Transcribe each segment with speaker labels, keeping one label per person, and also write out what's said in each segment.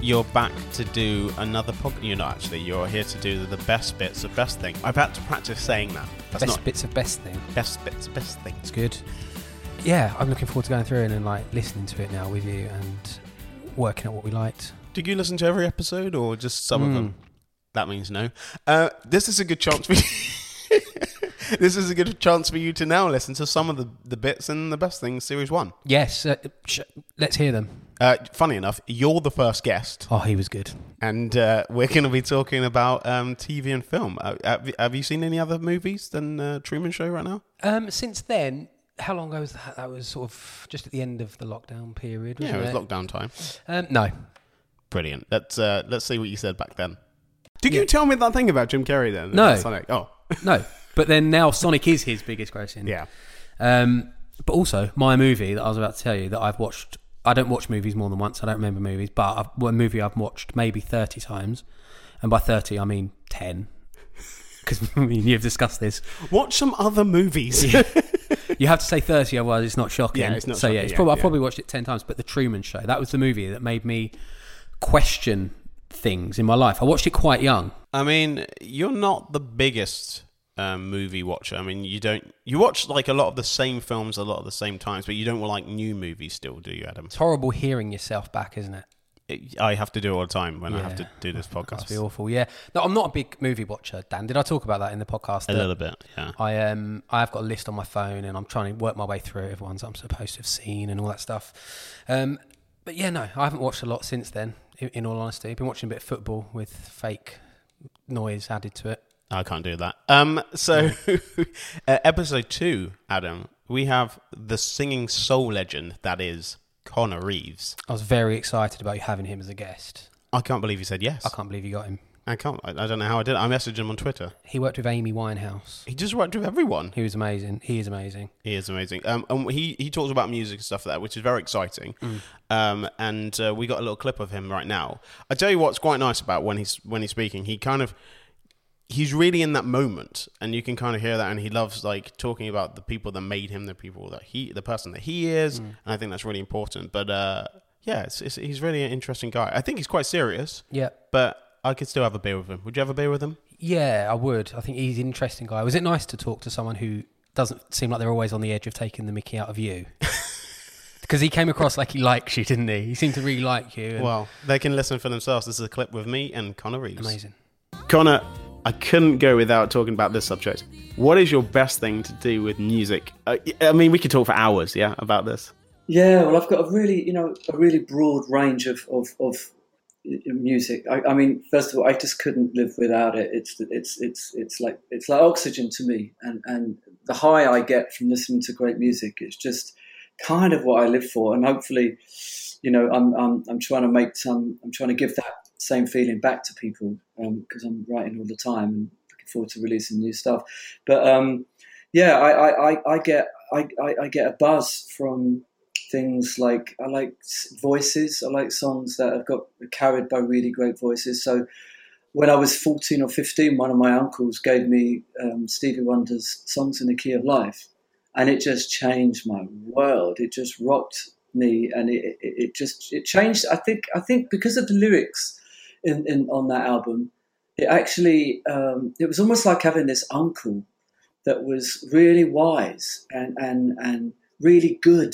Speaker 1: you're back to do another podcast. You're not actually. You're here to do the best bits of best thing. I've had to practice saying that. That's
Speaker 2: best
Speaker 1: not
Speaker 2: bits of best thing.
Speaker 1: best bits of best thing.
Speaker 2: It's good. Yeah, I'm looking forward to going through and, and like listening to it now with you and working out what we liked.
Speaker 1: Did you listen to every episode or just some of
Speaker 2: Mm.
Speaker 1: them? That means no. Uh, this is a good chance for you. this is a good chance for you to now listen to some of the, the bits in the best things series one.
Speaker 2: Yes, uh, sh- let's hear them.
Speaker 1: Uh, funny enough, you're the first guest,
Speaker 2: Oh, he was good.
Speaker 1: and uh, we're going to be talking about um, TV and film. Uh, have, have you seen any other movies than uh, Truman Show right now?
Speaker 2: Um, since then, how long ago was that? That was sort of just at the end of the lockdown period. Wasn't
Speaker 1: Yeah, it
Speaker 2: it?
Speaker 1: was lockdown time.
Speaker 2: um, no,
Speaker 1: Brilliant. Let's uh, let's see what you said back then. Did
Speaker 2: Yeah.
Speaker 1: you tell me that thing about Jim Carrey then?
Speaker 2: No.
Speaker 1: About Sonic? Oh,
Speaker 2: no. But then now Sonic is his biggest grossing.
Speaker 1: yeah.
Speaker 2: Um, but also my movie that I was about to tell you that I've watched. I don't watch movies more than once. I don't remember movies, but I've, one movie I've watched maybe thirty times, and by thirty I mean ten, because I mean, you've discussed this.
Speaker 1: Watch some other movies.
Speaker 2: You have to say thirty, otherwise it's not shocking.
Speaker 1: Yeah, it's not
Speaker 2: so yeah,
Speaker 1: shocking,
Speaker 2: it's
Speaker 1: yeah,
Speaker 2: probably, I
Speaker 1: yeah.
Speaker 2: probably watched it ten times. But the Truman Show that was the movie that made me question things in my life. I watched it quite young.
Speaker 1: I mean, you're not the biggest um, movie watcher. I mean, you don't you watch like a lot of the same films a lot of the same times, but you don't like new movies still, do you, Adam?
Speaker 2: It's horrible hearing yourself back, isn't it?
Speaker 1: It- I have to do it all the time when I have
Speaker 2: Yeah.
Speaker 1: to do this
Speaker 2: Must be
Speaker 1: podcast.
Speaker 2: awful. Yeah, no, I'm not a big movie watcher. Dan, did I talk about that in the podcast?
Speaker 1: A
Speaker 2: that-
Speaker 1: little bit, yeah.
Speaker 2: I um I have got a list on my phone and I'm trying to work my way through everyone's I'm supposed to have seen and all that stuff. Um, but yeah, no, I haven't watched a lot since then. In, in all honesty, I've been watching a bit of football with fake noise added to it.
Speaker 1: I can't do that. Um, so uh, episode two, Adam, we have the singing soul legend that is Connor Reeves.
Speaker 2: I was very excited about you having him as a guest.
Speaker 1: I can't believe you said yes.
Speaker 2: I can't believe you got him.
Speaker 1: I can't. I, I don't know how I did. it. I messaged him on Twitter.
Speaker 2: He worked with Amy Winehouse.
Speaker 1: He just worked with everyone.
Speaker 2: He was amazing. He is amazing.
Speaker 1: He is amazing. Um, and he, he talks about music and stuff like that, which is very exciting.
Speaker 2: Mm.
Speaker 1: Um, and uh, we got a little clip of him right now. I tell you what's quite nice about when he's when he's speaking. He kind of he's really in that moment, and you can kind of hear that. And he loves like talking about the people that made him, the people that he, the person that he
Speaker 2: Mm.
Speaker 1: is. And I think that's really important. But uh, yeah, it's, it's, he's really an interesting guy. I think he's quite serious,
Speaker 2: Yeah,
Speaker 1: but I could still have a beer with him. Would you have a beer with him?
Speaker 2: yeah, I would. I think he's an interesting guy. Was it nice to talk to someone who doesn't seem like they're always on the edge of taking the Mickey out of you? Because he came across like he likes you, didn't he? He seemed to really like you. and-
Speaker 1: Well, they can listen for themselves. This is a clip with me and Connor Reeves.
Speaker 2: Amazing.
Speaker 1: Connor, I couldn't go without talking about this subject. What is your best thing to do with music? Uh, I mean, we could talk for hours, yeah, about this.
Speaker 3: Yeah, well, I've got a really, you know, a really broad range of of, of uh, music. I, I mean, first of all, I just couldn't live without it. It's it's it's it's like it's like oxygen to me, and and the high I get from listening to great music, it's just kind of what I live for. And hopefully, you know, I'm I'm I'm trying to make some, I'm trying to give that same feeling back to people because I'm writing all the time and looking forward to releasing new stuff. But um, yeah, I I, I, I get. I, I, I get a buzz from things like I like s- voices. I like songs that have got carried by really great voices. So when I was 14 or 15, one of my uncles gave me um, Stevie Wonder's "Songs in the Key of Life," and it just changed my world. It just rocked me, and it, it, it just it changed. I think I think because of the lyrics in, in on that album, it actually um, it was almost like having this uncle that was really wise and and and really good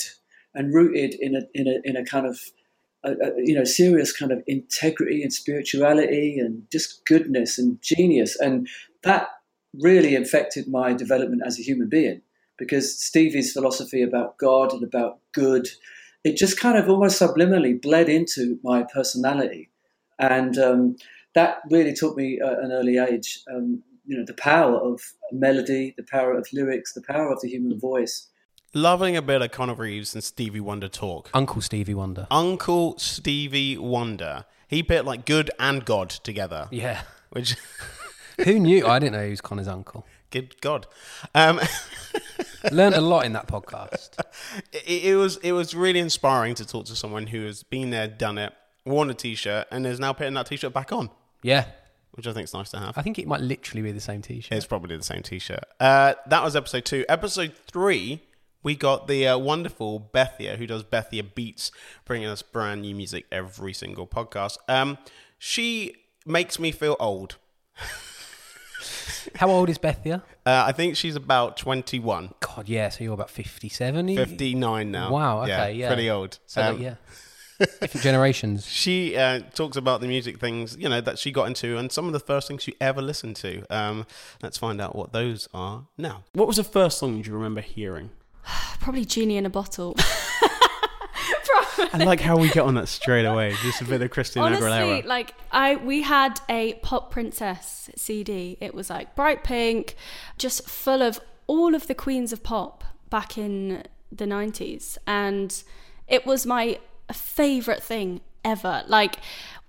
Speaker 3: and rooted in a in a in a kind of a, a, you know serious kind of integrity and spirituality and just goodness and genius and that really affected my development as a human being because Stevie's philosophy about God and about good it just kind of almost subliminally bled into my personality and um, that really taught me at an early age um, you know the power of melody the power of lyrics the power of the human voice
Speaker 1: Loving a bit of Connor Reeves and Stevie Wonder talk.
Speaker 2: Uncle Stevie Wonder.
Speaker 1: Uncle Stevie Wonder. He put like good and God together,
Speaker 2: Yeah.
Speaker 1: which
Speaker 2: Who knew? I didn't know he was Connor's uncle.
Speaker 1: good God. Um,
Speaker 2: Learned a lot in that podcast.
Speaker 1: it, it was it was really inspiring to talk to someone who has been there, done it, worn a t-shirt, and is now putting that t-shirt back on,
Speaker 2: Yeah.
Speaker 1: which I think is nice to have.
Speaker 2: I think it might literally be the same t shirt.
Speaker 1: It's probably the same T-shirt. Uh, that was episode two. Episode three we got the uh, wonderful Bethia, who does Bethia Beats, bringing us brand new music every single podcast. Um, she makes me feel old.
Speaker 2: How old is Bethia?
Speaker 1: Uh, I think she's about 21,
Speaker 2: God, yeah. So you're about 57?
Speaker 1: 59 now.
Speaker 2: Wow, okay, yeah.
Speaker 1: Pretty old.
Speaker 2: So that-
Speaker 1: Um,
Speaker 2: yeah. Different generations.
Speaker 1: she uh, talks about the music things you know that she got into and some of the first things she ever listened to um, let's find out what those are now
Speaker 4: What was the first song you remember hearing?
Speaker 5: Probably Genie in a bottle.
Speaker 1: i like how we get on that straight away just a bit of christina
Speaker 5: Honestly,
Speaker 1: aguilera
Speaker 5: like I, we had a Pop Princess CD. It was like bright pink, just full of all of the queens of pop back in the '90s, and it was my favorite thing ever. Like,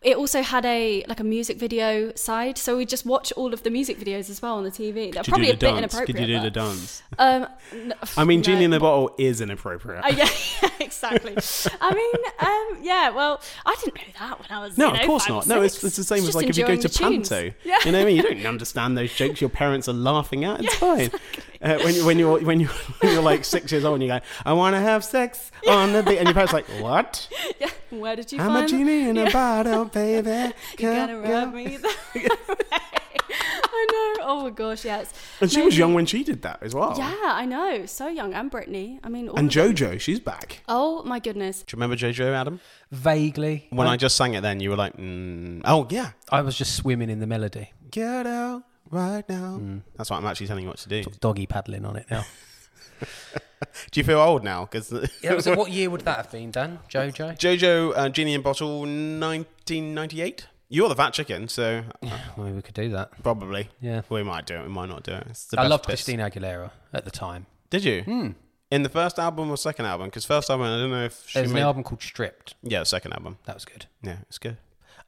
Speaker 5: it also had a like a music video side, so we just watch all of the music videos as well on the TV. They're
Speaker 4: Did
Speaker 5: probably
Speaker 4: you
Speaker 5: a
Speaker 4: do the
Speaker 5: bit
Speaker 4: dance?
Speaker 5: inappropriate.
Speaker 4: Did you do the
Speaker 5: but-
Speaker 4: dance?
Speaker 5: Um, n-
Speaker 4: I mean,
Speaker 5: no.
Speaker 4: Genie in a Bottle is inappropriate.
Speaker 5: Uh, yeah, yeah, exactly. I mean, um, yeah. Well, I didn't know that when I was.
Speaker 4: no,
Speaker 5: you know,
Speaker 4: of course
Speaker 5: five or
Speaker 4: not. No, it's,
Speaker 5: six.
Speaker 4: it's the same as
Speaker 5: just
Speaker 4: like if you go
Speaker 5: enjoying
Speaker 4: to
Speaker 5: the tunes.
Speaker 4: Panto.
Speaker 5: Yeah.
Speaker 4: You know what I mean? You don't understand those jokes your parents are laughing at. It's fine. Uh, when, you- when, you're, when, you're, when you're like six years old and you go, I want to have sex on the beach. And your parents are like, what?
Speaker 5: Yeah. Where did you
Speaker 4: I'm
Speaker 5: find
Speaker 4: a genie in a
Speaker 5: yeah.
Speaker 4: bottle, baby.
Speaker 5: You're
Speaker 4: Come,
Speaker 5: gonna
Speaker 4: come.
Speaker 5: rub me the wrong way. I know. Oh my gosh, yes.
Speaker 4: And she was
Speaker 5: Maybe-
Speaker 4: young when she did that as well.
Speaker 5: Yeah, I know. So young. And Britney. I mean, all
Speaker 4: And
Speaker 5: of them.
Speaker 4: JoJo, she's back.
Speaker 5: Oh my goodness.
Speaker 1: do you remember jojo adam
Speaker 2: Vaguely.
Speaker 1: when i just sang it then you were like mm, oh yeah
Speaker 2: I was just swimming in the melody.
Speaker 1: get out right now that's what i'm actually telling you what to do
Speaker 2: Mm. Doggy paddling on it now.
Speaker 1: do you feel old now because
Speaker 2: Yeah, so what year would that have been, Dan? Jojo?
Speaker 1: jojo uh, genie in bottle 1998 you're the fat chicken so uh,
Speaker 2: Well, we could do that.
Speaker 1: probably
Speaker 2: Yeah.
Speaker 1: we might do it we might not do it It's the
Speaker 2: I Hmm.
Speaker 1: best
Speaker 2: loved
Speaker 1: bits.
Speaker 2: Christina Aguilera at the time.
Speaker 1: Did you? In the first album or second album? Because first album, I don't know if she
Speaker 2: There's
Speaker 1: made.
Speaker 2: an album called Stripped.
Speaker 1: Yeah, second album.
Speaker 2: That was good.
Speaker 1: Yeah, it's good.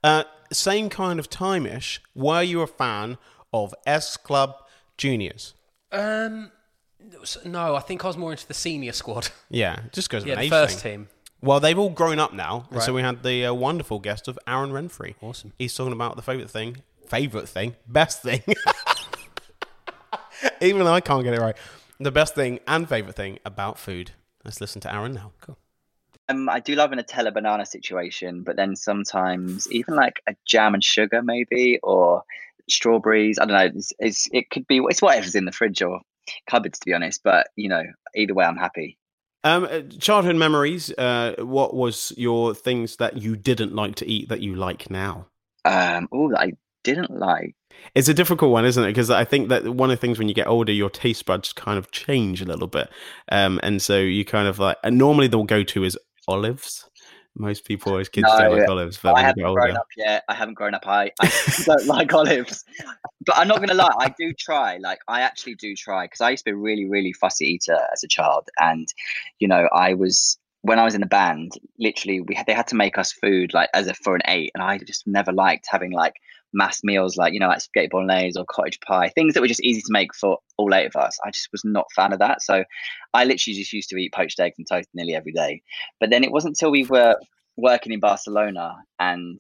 Speaker 1: Uh, same kind of time-ish. Were you a fan of S Club Juniors?
Speaker 2: Um, it was- no, I think I was more into the senior squad.
Speaker 1: Yeah, just goes
Speaker 2: Yeah,
Speaker 1: an
Speaker 2: the
Speaker 1: age
Speaker 2: first
Speaker 1: thing.
Speaker 2: team.
Speaker 1: Well, they've all grown up now, and so
Speaker 2: Right.
Speaker 1: we had the uh, wonderful guest of Aaron Renfrey.
Speaker 2: Awesome.
Speaker 1: He's talking about the favorite thing, favorite thing, best thing. Even I can't get it right. The best thing and favorite thing about food. Let's listen to Aaron now. Cool.
Speaker 6: Um, I do love an Nutella banana situation, but then sometimes even like a jam and sugar, maybe, or strawberries. I don't know. It's, it's it could be it's whatever's in the fridge or cupboards, to be honest. But you know, either way, I'm happy.
Speaker 4: Um, uh, childhood memories. Uh, what was your things that you didn't like to eat that you like now?
Speaker 6: Um, oh, I didn't like.
Speaker 4: It's a difficult one, isn't it? Because I think that one of the things when you get older, your taste buds kind of change a little bit, um, and so you kind of like. And normally, the go-to is olives. Most people as kids don't
Speaker 6: No,
Speaker 4: like olives, but
Speaker 6: I
Speaker 4: when you
Speaker 6: haven't
Speaker 4: get
Speaker 6: grown
Speaker 4: older,
Speaker 6: up yet. I haven't grown up. I, I don't like olives, but I'm not gonna lie. I do try. Like I actually do try because I used to be a really, really fussy eater as a child, and you know, I was when I was in the band. Literally, we had, they had to make us food like as a for an eight, and I just never liked having like mass meals like you know like spaghetti bolognese or cottage pie things that were just easy to make for all eight of us i just was not a fan of that so i literally just used to eat poached eggs and toast nearly every day but then it wasn't until we were working in Barcelona and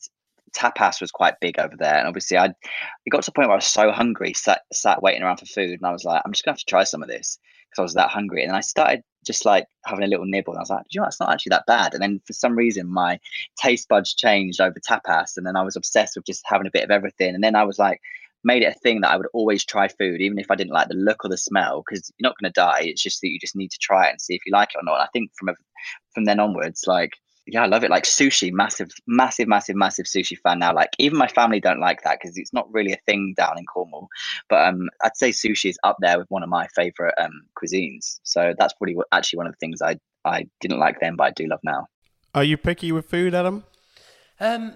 Speaker 6: tapas was quite big over there. And obviously I it got to a point where I was so hungry, sat sat waiting around for food and I was like, I'm just gonna have to try some of this because I was that hungry. And then I started just like having a little nibble and I was like, Do you know what? it's not actually that bad. And then for some reason my taste buds changed over tapas and then I was obsessed with just having a bit of everything. And then I was like made it a thing that I would always try food, even if I didn't like the look or the smell, because you're not gonna die. It's just that you just need to try it and see if you like it or not. And I think from a, from then onwards, like yeah, I love it. Like sushi, massive, massive, massive, massive sushi fan now. Like even my family don't like that because it's not really a thing down in Cornwall. But um, I'd say sushi is up there with one of my favorite um cuisines. So that's probably what, actually one of the things I I didn't like then, but I do love now.
Speaker 1: Are you picky with food, Adam?
Speaker 2: Um,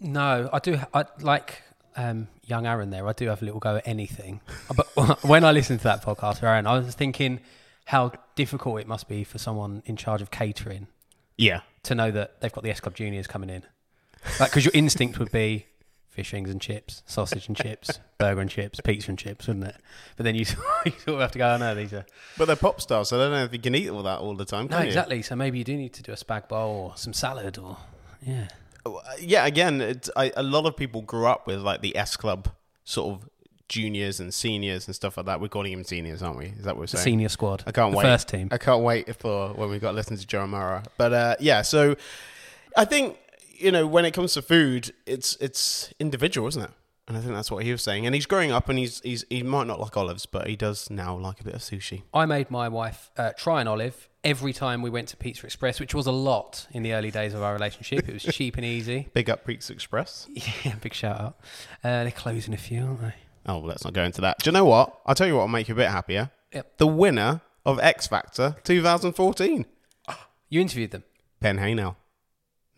Speaker 2: no, I do. I like um, young Aaron there. I do have a little go at anything. But when I listened to that podcast, Aaron, I was thinking how difficult it must be for someone in charge of catering
Speaker 1: Yeah.
Speaker 2: to know that they've got the S Club Juniors coming in. Like, because your instinct would be fish rings and chips, sausage and chips, burger and chips, pizza and chips, wouldn't it? But then you, sort of- you sort of have to go, oh no, these are.
Speaker 1: But they're pop stars, so I don't know if you can eat all that all the time.
Speaker 2: No,
Speaker 1: can you?
Speaker 2: exactly. So maybe you do need to do a spag bowl or some salad or. Yeah.
Speaker 1: Yeah, again, it's, I, a lot of people grew up with like the S Club sort of juniors and seniors and stuff like that. We're calling him seniors, aren't we? Is that what we're
Speaker 2: The
Speaker 1: saying?
Speaker 2: senior squad.
Speaker 1: I can't
Speaker 2: the
Speaker 1: wait.
Speaker 2: First team.
Speaker 1: I can't wait for when we got to listen to Joe Mara. But uh, yeah, so I think you know when it comes to food, it's it's individual, isn't it? And I think that's what he was saying. And he's growing up, and he's he's he might not like olives, but he does now like a bit of sushi.
Speaker 2: I made my wife uh, try an olive every time we went to Pizza Express, which was a lot in the early days of our relationship. It was cheap and easy.
Speaker 1: Big up Preaks Express.
Speaker 2: Yeah, big shout out. Uh, they're closing a few, aren't they?
Speaker 1: Oh, well, let's not go into that. Do you know what? I'll tell you what will make you a bit happier.
Speaker 2: Yep.
Speaker 1: The winner of X Factor 2014,
Speaker 2: You interviewed them.
Speaker 1: Ben Haynell.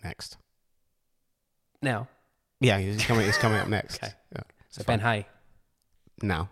Speaker 1: Next.
Speaker 2: Now,
Speaker 1: Yeah, he's coming. He's coming up next.
Speaker 2: Okay.
Speaker 1: Yeah.
Speaker 2: so Ben Hay.
Speaker 1: Now.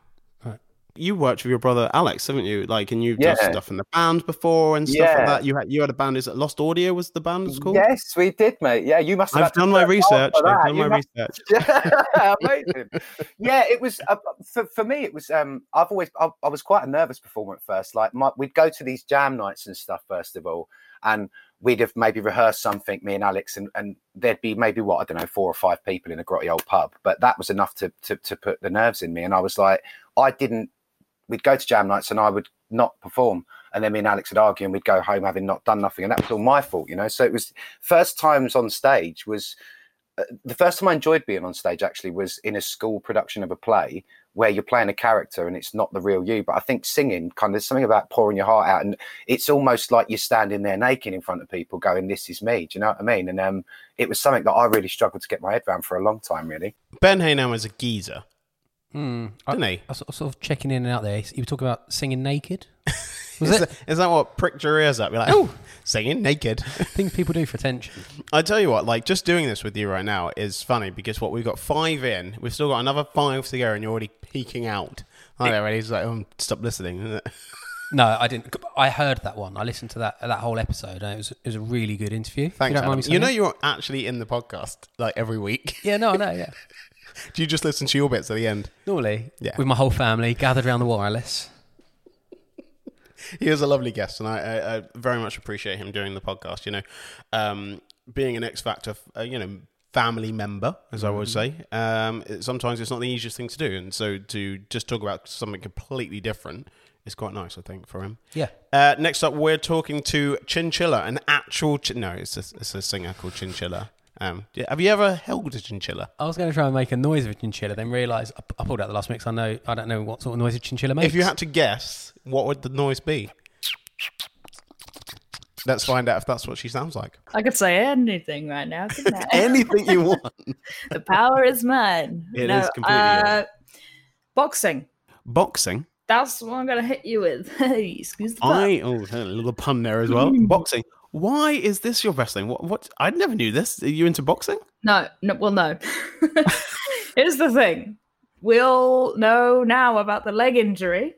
Speaker 4: You worked with your brother Alex, haven't you? Like, and you've
Speaker 7: Yeah.
Speaker 4: done stuff in the band before and stuff
Speaker 7: Yeah.
Speaker 4: like that. You had you had a band. Is it Lost Audio? Was the band was called?
Speaker 7: Yes, we did, mate. Yeah, you must have.
Speaker 4: I've
Speaker 7: had to
Speaker 4: done my
Speaker 7: work hard
Speaker 4: research.
Speaker 7: for
Speaker 4: I've
Speaker 7: that.
Speaker 4: done
Speaker 7: You
Speaker 4: my
Speaker 7: must-
Speaker 4: research.
Speaker 7: yeah, amazing. yeah, it was uh, for, for me. It was. Um, I've always I, I was quite a nervous performer at first. Like my, we'd go to these jam nights and stuff first of all, and we'd have maybe rehearsed something. Me and Alex, and, and there'd be maybe what I don't know, four or five people in a grotty old pub. But that was enough to to, to put the nerves in me, and I was like, I didn't. We'd go to jam nights, and I would not perform. And then me and Alex would argue, and we'd go home having not done nothing, and that was all my fault, you know. So it was first times on stage was Uh, the first time I enjoyed being on stage actually was in a school production of a play where you're playing a character and it's not the real you. But I think singing kind of there's something about pouring your heart out and it's almost like you're standing there naked in front of people going, This is me. Do you know what I mean? And um, it was something that I really struggled to get my head around for a long time, really.
Speaker 1: Ben Haynell was a geezer,
Speaker 2: Hmm. I,
Speaker 1: didn't he?
Speaker 2: I was sort of- sort of checking in and out there. You were talking about singing naked. Was
Speaker 1: is,
Speaker 2: it?
Speaker 1: that- is that what pricked your ears up? You're like, oh, singing naked.
Speaker 2: Things people do for attention.
Speaker 1: I tell you what, like just doing this with you right now is funny because what we've got five in, we've still got another five to go, and you're already peeking out. I know, and he's like, oh, stop listening. isn't it?
Speaker 2: No, I didn't. I heard that one. I listened to that that whole episode, and it was it was a really good interview. if
Speaker 1: Thanks,
Speaker 2: you, don't
Speaker 1: Adam.
Speaker 2: mind me
Speaker 1: You know
Speaker 2: saying.
Speaker 1: you're actually in the podcast like every week.
Speaker 2: Yeah, no, I know. Yeah,
Speaker 1: Do you just listen to your bits at the end?
Speaker 2: normally,
Speaker 1: Yeah.
Speaker 2: with my whole family gathered around the wireless.
Speaker 1: he was a lovely guest, and I, I, I very much appreciate him doing the podcast. You know, um, being an X Factor, uh, you know, family member, as I would say,
Speaker 2: Mm-hmm.
Speaker 1: um, it- sometimes it's not the easiest thing to do, and so to just talk about something completely different is quite nice, I think, for him.
Speaker 2: Yeah.
Speaker 1: Uh, next up, we're talking to Chinchilla, an actual chi- no, it's a, it's a singer called Chinchilla. Um, yeah, have you ever held a chinchilla?
Speaker 2: I was going to try and make a noise of a chinchilla, then realise I, I pulled out the last mix. I know I don't know what sort of noise a chinchilla makes.
Speaker 1: If you had to guess, what would the noise be? Let's find out if that's what she sounds like.
Speaker 8: I could say anything right now, couldn't I?
Speaker 1: Anything you want.
Speaker 8: the power is mine.
Speaker 4: It
Speaker 8: It is
Speaker 4: is completely yours.
Speaker 8: boxing.
Speaker 4: Boxing.
Speaker 8: That's what I'm gonna hit you with. Hey, excuse the pun.
Speaker 4: I oh a little pun there as well.
Speaker 1: Hmm.
Speaker 4: Boxing. Why is this your wrestling? What? What? I never knew this. Are you into boxing?
Speaker 8: No, no, well, no. Here's the thing. We all know now about the leg injury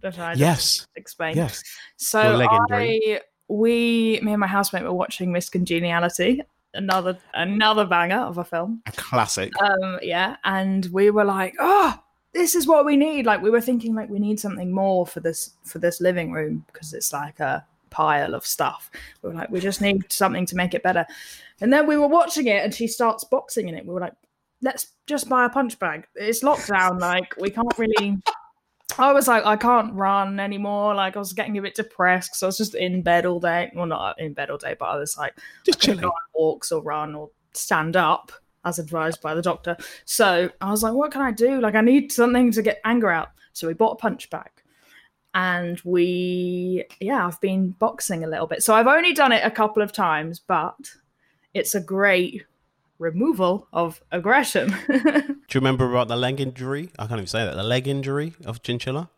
Speaker 8: that I just
Speaker 4: Yes.
Speaker 8: explained.
Speaker 4: Yes.
Speaker 8: So
Speaker 4: Your leg
Speaker 8: I,
Speaker 4: injury.
Speaker 8: we, me and my housemate were watching Miss Congeniality, another another banger of a film.
Speaker 4: A classic.
Speaker 8: um yeah and we were like oh this is what we need like we were thinking like we need something more for this for this living room because it's like a pile of stuff we were like we just need something to make it better and then we were watching it and she starts boxing in it we were like let's just buy a punch bag it's lockdown like we can't really I was like, I can't run anymore. Like, I was getting a bit depressed because I was just in bed all day. Well, not uh, in bed all day, but I was like,
Speaker 1: Just
Speaker 8: couldn't go on walks or run or stand up as advised by the doctor. So I was like, what can I do? Like, I need something to get anger out. So we bought a punch bag. And we, yeah, I've been boxing a little bit. So I've only done it a couple of times, but it's a great removal of aggression.
Speaker 1: Do you remember about the leg injury? I can't even say that. The leg injury of Chinchilla?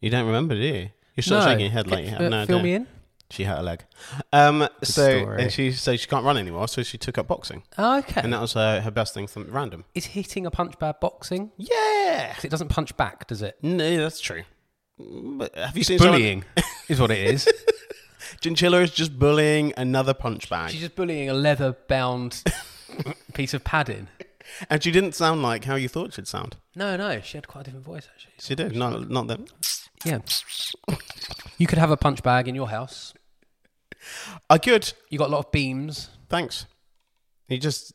Speaker 1: You don't remember, do you? You're still shaking your head like you have
Speaker 2: Uh,
Speaker 1: no
Speaker 2: fill
Speaker 1: idea.
Speaker 2: me in.
Speaker 1: She hurt her leg. Um, so
Speaker 2: story.
Speaker 1: and she so she can't run anymore, so she took up boxing.
Speaker 2: Ah, Okay.
Speaker 1: And that was her, her best thing, something random.
Speaker 2: Is hitting a punch bag Uh, boxing?
Speaker 1: Yeah.
Speaker 2: 'Cause it doesn't punch back, does it?
Speaker 1: No, that's true. But have you seen
Speaker 2: Bullying is what it is.
Speaker 1: Someone, Chinchilla is just bullying another punch bag.
Speaker 2: She's just bullying a leather bound piece of padding.
Speaker 1: and she didn't sound like how you thought she'd sound.
Speaker 2: No, no, she had quite a different voice actually.
Speaker 1: She did. Not not that
Speaker 2: Yeah. You could have a punch bag in your house.
Speaker 1: I could.
Speaker 2: You got a lot of beams.
Speaker 1: Thanks. You just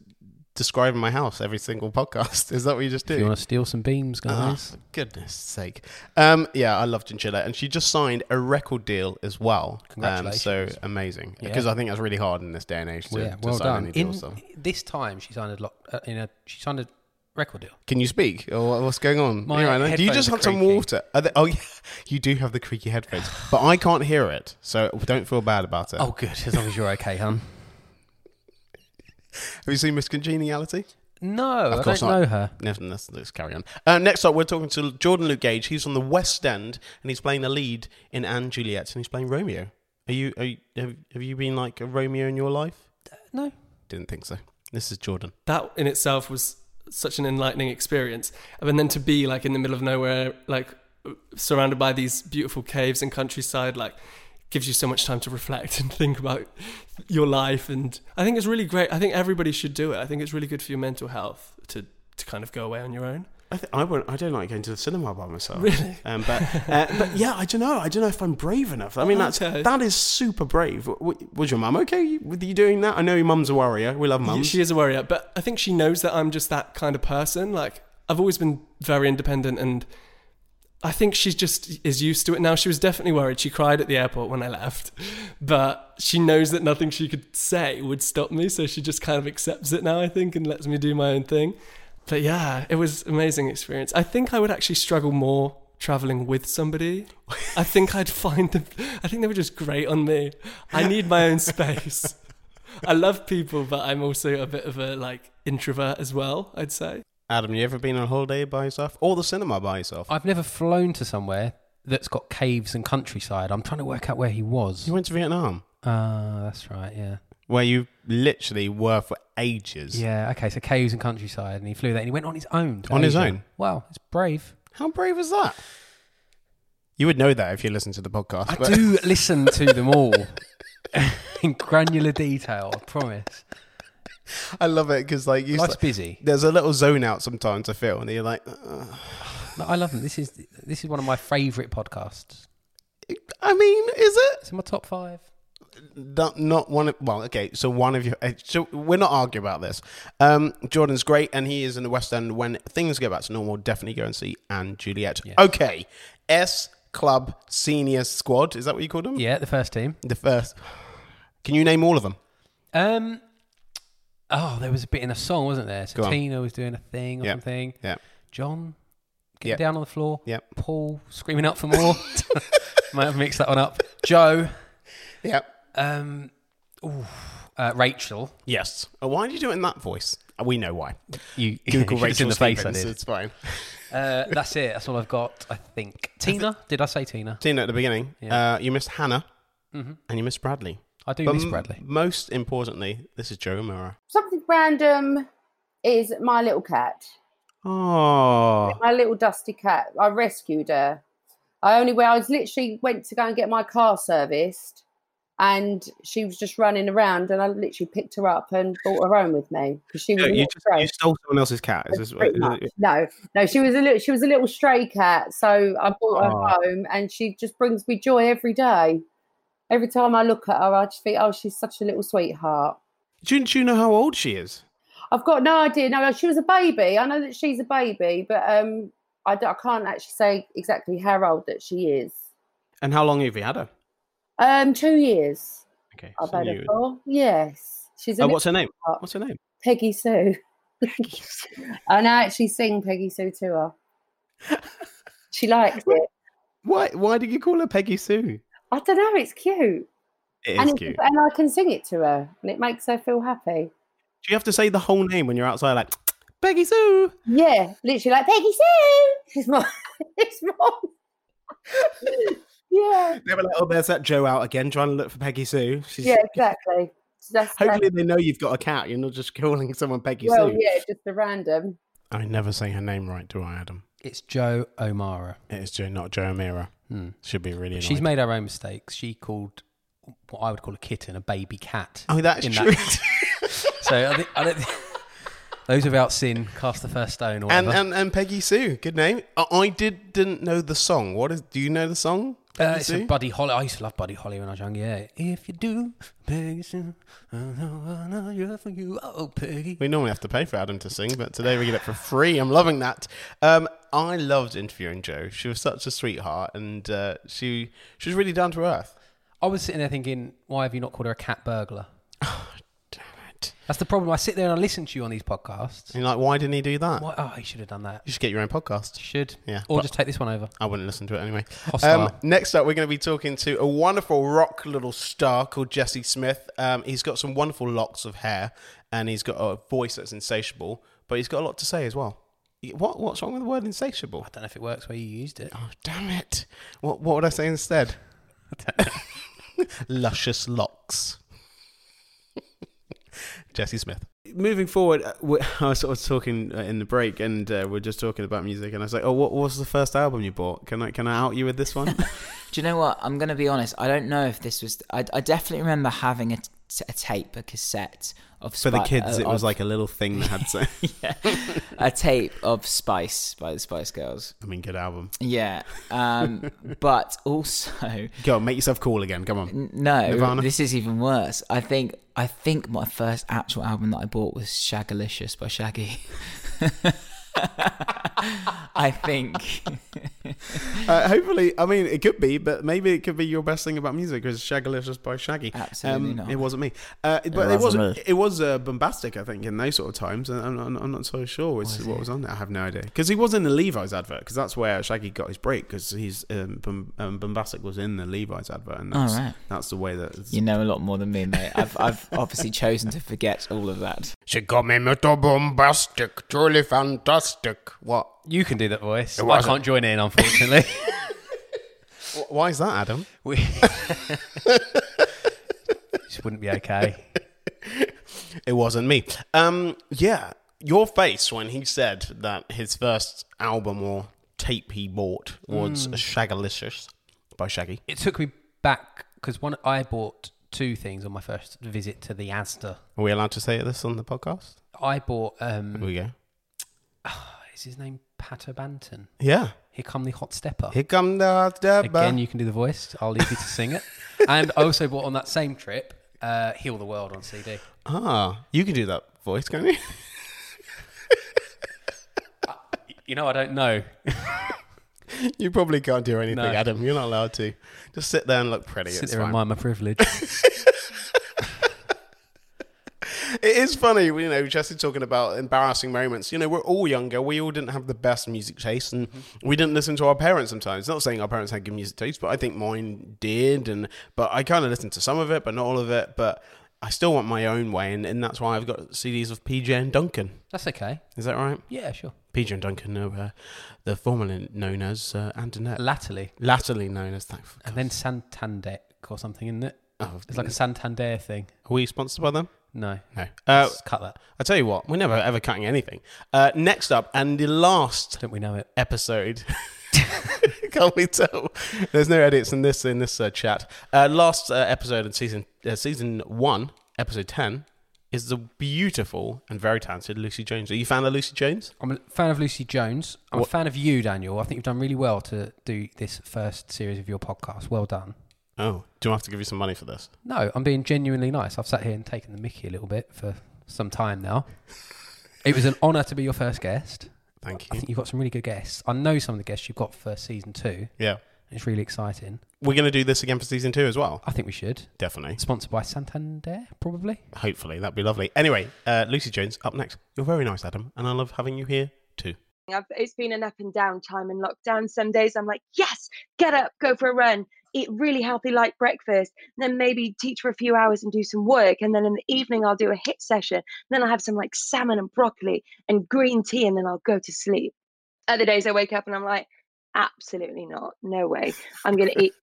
Speaker 1: describing my house every single podcast. Is that what you just
Speaker 2: If you
Speaker 1: do?
Speaker 2: want to steal some beams,
Speaker 1: Ah,
Speaker 2: guys.
Speaker 1: for goodness sake. Um, yeah, I love Chinchilla. And she just signed a record deal as well. Um, so
Speaker 2: Congratulations.
Speaker 1: amazing.
Speaker 2: Yeah.
Speaker 1: Because I think that's really hard in this day and age to,
Speaker 2: well, yeah,
Speaker 1: to
Speaker 2: well
Speaker 1: sign
Speaker 2: done.
Speaker 1: any
Speaker 2: In,
Speaker 1: deals. so.
Speaker 2: this time, she signed a lot. Uh, in a she signed a record deal.
Speaker 1: Can you speak? Or what- what's going on?
Speaker 2: My
Speaker 1: You all right? do you
Speaker 2: headphones
Speaker 1: just
Speaker 2: are
Speaker 1: have some
Speaker 2: creaky.
Speaker 1: water? Are they, oh, yeah. You do have the creaky headphones. But I can't hear it. So don't feel bad about it.
Speaker 2: Oh, good. As long as you're okay, hun.
Speaker 1: Have you seen Miss Congeniality?
Speaker 2: No, Oh, I
Speaker 1: course
Speaker 2: don't
Speaker 1: not.
Speaker 2: know her.
Speaker 1: Never, let's, let's carry on. Uh, next up, we're talking to Jordan Luke Gage. He's on the West End and he's playing the lead in Anne Juliet and he's playing Romeo. Are you, are you have, have you been like a Romeo in your life?
Speaker 2: No.
Speaker 1: Didn't think so. This is Jordan.
Speaker 9: that in itself was such an enlightening experience. And then to be like in the middle of nowhere, like surrounded by these beautiful caves and countryside, like gives you so much time to reflect and think about your life. And I think it's really great. I think everybody should do it. I think it's really good for your mental health to to kind of go away on your own.
Speaker 1: I, th- I, won't, I don't like going to the cinema by myself. Really? Um, but, uh, but yeah, I don't know. I don't know if I'm brave enough. I mean, that's,
Speaker 9: Okay.
Speaker 1: that is super brave. W- w- was your mum okay with you doing that? I know your mum's a warrior. We love mums.
Speaker 9: She is a worrier, but I think she knows that I'm just that kind of person. Like I've always been very independent, and I think she just is used to it now. She was definitely worried. She cried at the airport when I left, but she knows that nothing she could say would stop me, so she just kind of accepts it now. I think and lets me do my own thing. But yeah, it was an amazing experience. I think I would actually struggle more traveling with somebody. I think I'd find them. I think they were just great on me. I need my own space. I love people, but I'm also a bit of a like introvert as well. I'd say.
Speaker 1: Adam, you ever been on holiday by yourself or the cinema by yourself?
Speaker 2: I've never flown to somewhere that's got caves and countryside. I'm trying to work out where he was.
Speaker 1: you went to Vietnam,
Speaker 2: Ah, that's right. Yeah.
Speaker 1: where you literally were for ages.
Speaker 2: Yeah. Okay. So caves and countryside, and he flew there, and he went on his own. to
Speaker 1: On his
Speaker 2: Asia.
Speaker 1: own?
Speaker 2: Wow, it's brave.
Speaker 1: How brave is that? You would know that if you listened to the podcast.
Speaker 2: I
Speaker 1: but-
Speaker 2: do listen to them all in granular detail. I promise.
Speaker 1: I love it because like you.
Speaker 2: Life's busy.
Speaker 1: There's a little zone out sometimes I feel, and you're like, "Ugh."
Speaker 2: No, I love them. This is this is one of my favourite podcasts.
Speaker 1: I mean, is it
Speaker 2: It's in my top five.
Speaker 1: not, not one? Of, well, okay, so one of you. uh, So we're not arguing about this. Um, Jordan's great, and he is in the West End. When things go back to normal, definitely go and see Anne Juliet. Okay, S Club Senior Squad. Is that what you called them?
Speaker 2: Yeah, the first team.
Speaker 1: The first. Can you name all of them?
Speaker 2: Um. Oh, there was a bit in a song, wasn't there? So
Speaker 1: Go on.
Speaker 2: Tina was doing a thing or
Speaker 1: Yeah.
Speaker 2: something.
Speaker 1: Yeah.
Speaker 2: John getting
Speaker 1: Yeah.
Speaker 2: down on the floor.
Speaker 1: Yeah.
Speaker 2: Paul screaming out for more. Might have mixed that one up. Joe.
Speaker 1: Yeah.
Speaker 2: Um. ooh, uh, Rachel.
Speaker 1: Yes. Uh, Why did you do it in that voice? Uh, We know why.
Speaker 2: You
Speaker 1: Google
Speaker 2: it's
Speaker 1: Rachel
Speaker 2: in the face. I
Speaker 1: Stevens,
Speaker 2: did.
Speaker 1: It's fine.
Speaker 2: Uh, that's it. That's all I've got. I think. Tina. Did I say Tina?
Speaker 1: Tina at the beginning.
Speaker 2: Yeah. Mm-hmm.
Speaker 1: Uh, you missed Hannah, and you missed Bradley.
Speaker 2: I do
Speaker 1: But
Speaker 2: miss
Speaker 1: m-
Speaker 2: Bradley.
Speaker 1: most importantly, this is Joe Mara.
Speaker 10: Something random is my little cat,
Speaker 1: Oh,
Speaker 10: my little dusty cat. I rescued her. I only where I was literally went to go and get my car serviced, and she was just running around, and I literally picked her up and brought her home with me because she was a
Speaker 4: you,
Speaker 10: little
Speaker 4: just, you
Speaker 10: stray.
Speaker 4: stole someone else's cat. Is this,
Speaker 10: Pretty much. No, no, she was a little, she was a little stray cat. So I brought her
Speaker 4: Aw.
Speaker 10: home, and she just brings me joy every day. Every time I look at her, I just think, oh, she's such a little sweetheart.
Speaker 1: do, do you know how old she is?
Speaker 10: I've got no idea. No, she was a baby. I know that she's a baby, but um, I, d- I can't actually say exactly how old that she is.
Speaker 1: And how long have you had her?
Speaker 10: Um, two years
Speaker 1: Okay.
Speaker 10: I've
Speaker 1: so
Speaker 10: had
Speaker 1: you-
Speaker 10: her for. Yes, she's a
Speaker 1: Uh,
Speaker 10: little
Speaker 1: what's her name?
Speaker 10: sweetheart.
Speaker 1: What's her name?
Speaker 10: Peggy Sue. and I actually sing Peggy Sue to her. She likes it.
Speaker 4: Why? Why did you call her Peggy Sue?
Speaker 10: I don't know. It's cute,
Speaker 1: It
Speaker 10: and
Speaker 1: is
Speaker 10: it's-
Speaker 1: cute.
Speaker 10: and I can sing it to her, and it makes her feel happy.
Speaker 1: Do you have to say the whole name when you're outside, like Peggy Sue?
Speaker 10: Yeah, literally like Peggy Sue. It's my, it's my. yeah.
Speaker 1: They were like, oh, there's that Joe out again, trying to look for Peggy Sue. She's,
Speaker 10: Yeah, exactly. So That's that's-
Speaker 1: Hopefully, they know you've got a cat. You're not just calling someone Peggy
Speaker 10: well,
Speaker 1: Sue.
Speaker 10: yeah, just the random.
Speaker 1: I never say her name right, do I, Adam?
Speaker 2: It's Joe O'Mara.
Speaker 1: It is Joe, not Joe O'Meara.
Speaker 2: Hmm.
Speaker 1: Should be really.
Speaker 2: She's
Speaker 1: annoyed.
Speaker 2: made her own mistakes. She called what I would call a kitten a baby cat.
Speaker 1: Oh, that's
Speaker 2: in
Speaker 1: true.
Speaker 2: that- so I think, I don't think those without sin cast the first stone or
Speaker 1: and, um,
Speaker 2: whatever.
Speaker 1: and and Peggy Sue, good name. I, I did didn't know the song. What is? Do you know the song?
Speaker 2: Uh, it's a
Speaker 1: see?
Speaker 2: Buddy Holly. I used to love Buddy Holly when I was young. Yeah. If you do, Peggy Sue, I know, I know you're for you. Oh, Peggy.
Speaker 1: We normally have to pay for Adam to sing, but today we get it for free. I'm loving that. Um, I loved interviewing Jo. She was such a sweetheart, and uh, she she was really down to earth.
Speaker 2: I was sitting there thinking, why have you not called her a cat burglar?
Speaker 1: Oh, Damn it!
Speaker 2: That's the problem. I sit there and I listen to you on these podcasts.
Speaker 1: And you're like, why didn't he do that?
Speaker 2: Why? Oh, you should have done that.
Speaker 1: You should get your own podcast.
Speaker 2: Should.
Speaker 1: Yeah,
Speaker 2: Or
Speaker 1: but-
Speaker 2: just take this one over.
Speaker 1: I wouldn't listen to it anyway.
Speaker 2: Hostile.
Speaker 1: Um, next up, we're going to be talking to a wonderful rock little star called Jesse Smith. Um, he's got some wonderful locks of hair, and he's got a voice that's insatiable, but he's got a lot to say as well. What what's wrong with the word insatiable?
Speaker 2: I don't know if it works where you used it.
Speaker 1: Oh, damn it! What what would I say instead? Luscious locks. Jesse Smith. Moving forward, uh, we- I was sort of talking uh, in the break, and uh, we are just talking about music, and I was like, "Oh, what was the first album you bought? Can I can I out you with this one?"
Speaker 11: Do you know what? I'm going to be honest. I don't know if this was. I, I definitely remember having a, t- a tape, a cassette of
Speaker 1: For the
Speaker 11: Spi-
Speaker 1: kids,
Speaker 11: uh,
Speaker 1: it was
Speaker 11: of-
Speaker 1: like a little thing that had. To,
Speaker 11: yeah, a tape of Spice by the Spice Girls.
Speaker 1: I mean, good album.
Speaker 11: Yeah, um, but also
Speaker 1: Go on, make yourself cool again. Come on.
Speaker 11: N- No,
Speaker 1: Nirvana?
Speaker 11: this is even worse. I think I think my first actual album that I bought was Shagalicious by Shaggy. I think
Speaker 1: Uh, hopefully, I mean, it could be, but maybe it could be your best thing about music is Shagalicious by Shaggy. Um,
Speaker 11: Absolutely not.
Speaker 1: It wasn't me. Uh, it- but it, was
Speaker 11: wasn't
Speaker 1: not
Speaker 11: me.
Speaker 1: It was uh, bombastic, I think, in those sort of times. And I'm, I'm, I'm not so sure was what was on there. I have no idea because he was in the Levi's advert because that's where Shaggy got his break because he's um, bom- um, bombastic was in the Levi's advert and that's,
Speaker 11: right.
Speaker 1: that's the way that.
Speaker 11: you know a lot more than me, mate. I've I've obviously chosen to forget all of that.
Speaker 1: She got me metal bombastic, truly fantastic. What?
Speaker 2: You can do that voice. I
Speaker 1: wasn't.
Speaker 2: can't join in, unfortunately.
Speaker 1: Wh- Why is that, Adam?
Speaker 2: we. this wouldn't be okay.
Speaker 1: It wasn't me. Um, yeah, your face when he said that his first album or tape he bought was
Speaker 2: Mm.
Speaker 1: Shagalicious by Shaggy.
Speaker 2: It took me back because one I bought two things on my first visit to the Asda.
Speaker 1: Are we allowed to say this on the podcast?
Speaker 2: I bought. um
Speaker 1: Here we go.
Speaker 2: Is his name Pater Banton?
Speaker 1: Yeah.
Speaker 2: Here come the hot stepper.
Speaker 1: Here come the stepper.
Speaker 2: Again, you can do the voice. I'll leave you to sing it. And I also bought on that same trip, uh, "Heal the World" on CD.
Speaker 1: ah, you can do that voice, can't you?
Speaker 2: You know, I don't know.
Speaker 1: you probably can't do anything,
Speaker 2: No.
Speaker 1: Adam. You're not allowed to. Just sit there and look pretty.
Speaker 2: Sit
Speaker 1: it's
Speaker 2: there
Speaker 1: fine.
Speaker 2: and mind my privilege.
Speaker 1: It is funny, you know, Jesse talking about embarrassing moments. You know, we're all younger. We all didn't have the best music taste and
Speaker 2: Mm-hmm.
Speaker 1: we didn't listen to our parents sometimes. Not saying our parents had good music taste, but I think mine did. And But I kind of listened to some of it, but not all of it. But I still want my own way. And, and that's why I've got CDs of PJ and Duncan.
Speaker 2: That's okay.
Speaker 1: Is that right?
Speaker 2: Yeah, sure.
Speaker 1: PJ and Duncan are uh, the formerly known as uh, Antoinette.
Speaker 2: Latterly,
Speaker 1: Latterly known as that.
Speaker 2: and then Santander or something, isn't it?
Speaker 1: Oh,
Speaker 2: It's like a Santander thing.
Speaker 1: are we sponsored by them?
Speaker 2: No,
Speaker 1: No. Uh,
Speaker 2: Let's cut that.
Speaker 1: I tell you what, we're never ever cutting anything. Uh, next up, and the last
Speaker 2: Don't we know it?
Speaker 1: episode. Can't we tell? There's no edits in this in this uh, chat. Uh, last uh, episode in season uh, season one, episode ten, is the beautiful and very talented Lucy Jones. Are you a fan of Lucy Jones?
Speaker 2: I'm a fan of Lucy Jones. I'm a fan of you, Daniel. I think you've done really well to do this first series of your podcast. Well done.
Speaker 1: Oh, do I have to give you some money for this?
Speaker 2: No, I'm being genuinely nice. I've sat here and taken the mickey a little bit for some time now. it was an honour to be your first guest.
Speaker 1: Thank
Speaker 2: I
Speaker 1: you.
Speaker 2: think you've got some really good guests. I know some of the guests you've got for season two.
Speaker 1: Yeah,
Speaker 2: It's really exciting.
Speaker 1: we're gonna do this again for season two as well.
Speaker 2: I think we should.
Speaker 1: Definitely,
Speaker 2: Sponsored by Santander, probably.
Speaker 1: hopefully that'd be lovely. Anyway, uh, Lucy Jones up next. You're very nice, Adam, and I love having you here too.
Speaker 12: I've, it's been an up and down time in lockdown. Some days I'm like, yes, get up, go for a run, eat really healthy, light breakfast, then maybe teach for a few hours and do some work. And then in the evening, I'll do a hit session. Then I'll have some like salmon and broccoli and green tea, and then I'll go to sleep. Other days I wake up and I'm like, absolutely not. No way. I'm going to eat.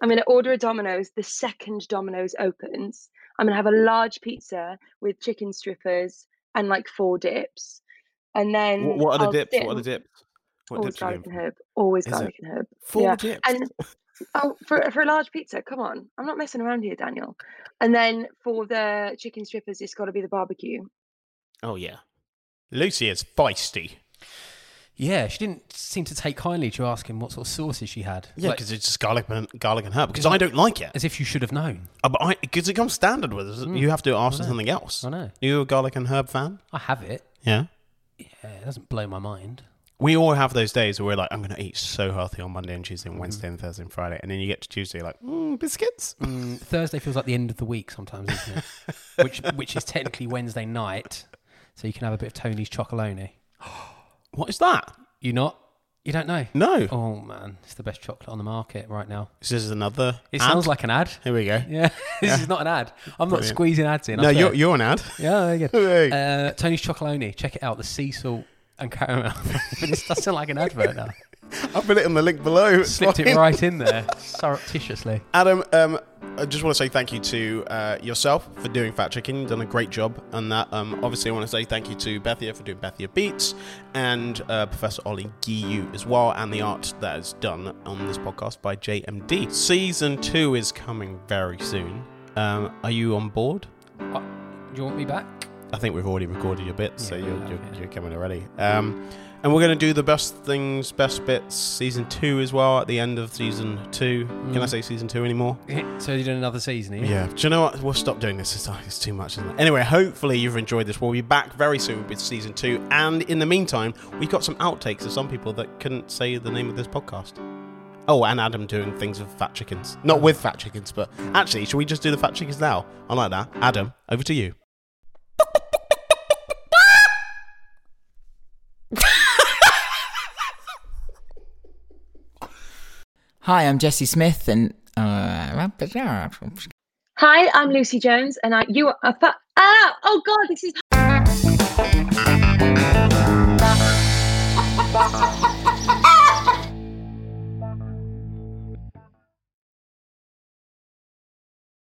Speaker 12: I'm going to order a Domino's the second Domino's opens. I'm going to have a large pizza with chicken strippers and like four dips. And then
Speaker 4: What, what are
Speaker 12: I'll Oh,
Speaker 4: the dips?
Speaker 12: sit
Speaker 4: What are
Speaker 12: and-
Speaker 4: the dips? What
Speaker 12: always
Speaker 4: dips are you
Speaker 12: garlic
Speaker 4: going
Speaker 12: and
Speaker 4: for?
Speaker 12: herb. Always
Speaker 4: Is it?
Speaker 12: garlic and herb.
Speaker 4: Four
Speaker 12: Yeah,
Speaker 4: dips.
Speaker 12: And oh, for for a large pizza, come on, I'm not messing around here, Daniel. And then for the chicken strippers, it's got to be the barbecue.
Speaker 1: Oh yeah, Lucy is feisty.
Speaker 2: Yeah, she didn't seemed to take kindly to asking what sort of sauces she had.
Speaker 1: Yeah,
Speaker 2: Like,
Speaker 1: because it's just garlic and garlic and herb. Because I don't like it.
Speaker 2: As if you should have known.
Speaker 1: Uh, But I because it comes standard with us.
Speaker 2: Mm.
Speaker 1: You have to ask
Speaker 2: I
Speaker 1: for
Speaker 2: know.
Speaker 1: something else.
Speaker 2: I know.
Speaker 1: You a garlic and herb fan?
Speaker 2: I have it.
Speaker 1: Yeah.
Speaker 2: Yeah, it doesn't blow my mind.
Speaker 1: We all have those days where we're like, I'm going to eat so healthy on Monday and Tuesday
Speaker 2: Mm-hmm.
Speaker 1: and Wednesday and Thursday and Friday, and then you get to Tuesday, you're like, Mm, biscuits.
Speaker 2: Thursday feels like the end of the week sometimes, isn't it? which which is technically Wednesday night, so you can have a bit of Tony's chocolonely.
Speaker 1: what is that?
Speaker 2: You not? You don't know?
Speaker 1: No.
Speaker 2: Oh man, it's the best chocolate on the market right now.
Speaker 1: This is another.
Speaker 2: It
Speaker 1: ad?
Speaker 2: sounds like an ad.
Speaker 1: Here we go.
Speaker 2: Yeah, this is not an ad. I'm not
Speaker 1: Brilliant.
Speaker 2: squeezing ads in. I
Speaker 1: No,
Speaker 2: swear.
Speaker 1: you're, you're an ad.
Speaker 2: Yeah, oh, there you go. Uh, Tony's Chocolonely. Check it out. The sea salt and caramel. this does sound like an advert now.
Speaker 1: I'll put it in the link below. It's
Speaker 2: Slipped it
Speaker 1: fine.
Speaker 2: right in there surreptitiously.
Speaker 1: Adam, um, I just want to say thank you to uh, yourself for doing Fat Chicken. You've done a great job on that. Um, obviously, I want to say thank you to Bethia for doing Bethia Beats and uh, Professor Ollie Giyu as well, and the art that is done on this podcast by JMD. Season two is coming very soon. Um, are you on board?
Speaker 2: Uh, do you want me back?
Speaker 1: I think we've already recorded your bit, so
Speaker 2: we
Speaker 1: you're,
Speaker 2: have,
Speaker 1: you're, you're coming already. Um, and we're going to do the best things, best bits, season two as well at the end of season two. Can I
Speaker 2: Mm.
Speaker 1: say season two anymore?
Speaker 2: So you're doing another season, are you?
Speaker 1: Yeah. Do you know what? We'll stop doing this. It's, oh, it's too much, isn't it? Anyway, hopefully you've enjoyed this. We'll be back very soon with season two. And in the meantime, we've got some outtakes of some people that couldn't say the name of this podcast. Oh, and Adam doing things with fat chickens. Not with fat chickens, but actually, should we just do the fat chickens now? I like that. Adam, over to you.
Speaker 11: Hi, I'm Jesse Smith, and uh,
Speaker 12: Hi, I'm Lucy Jones, and I you are a fa- ah oh god, this is.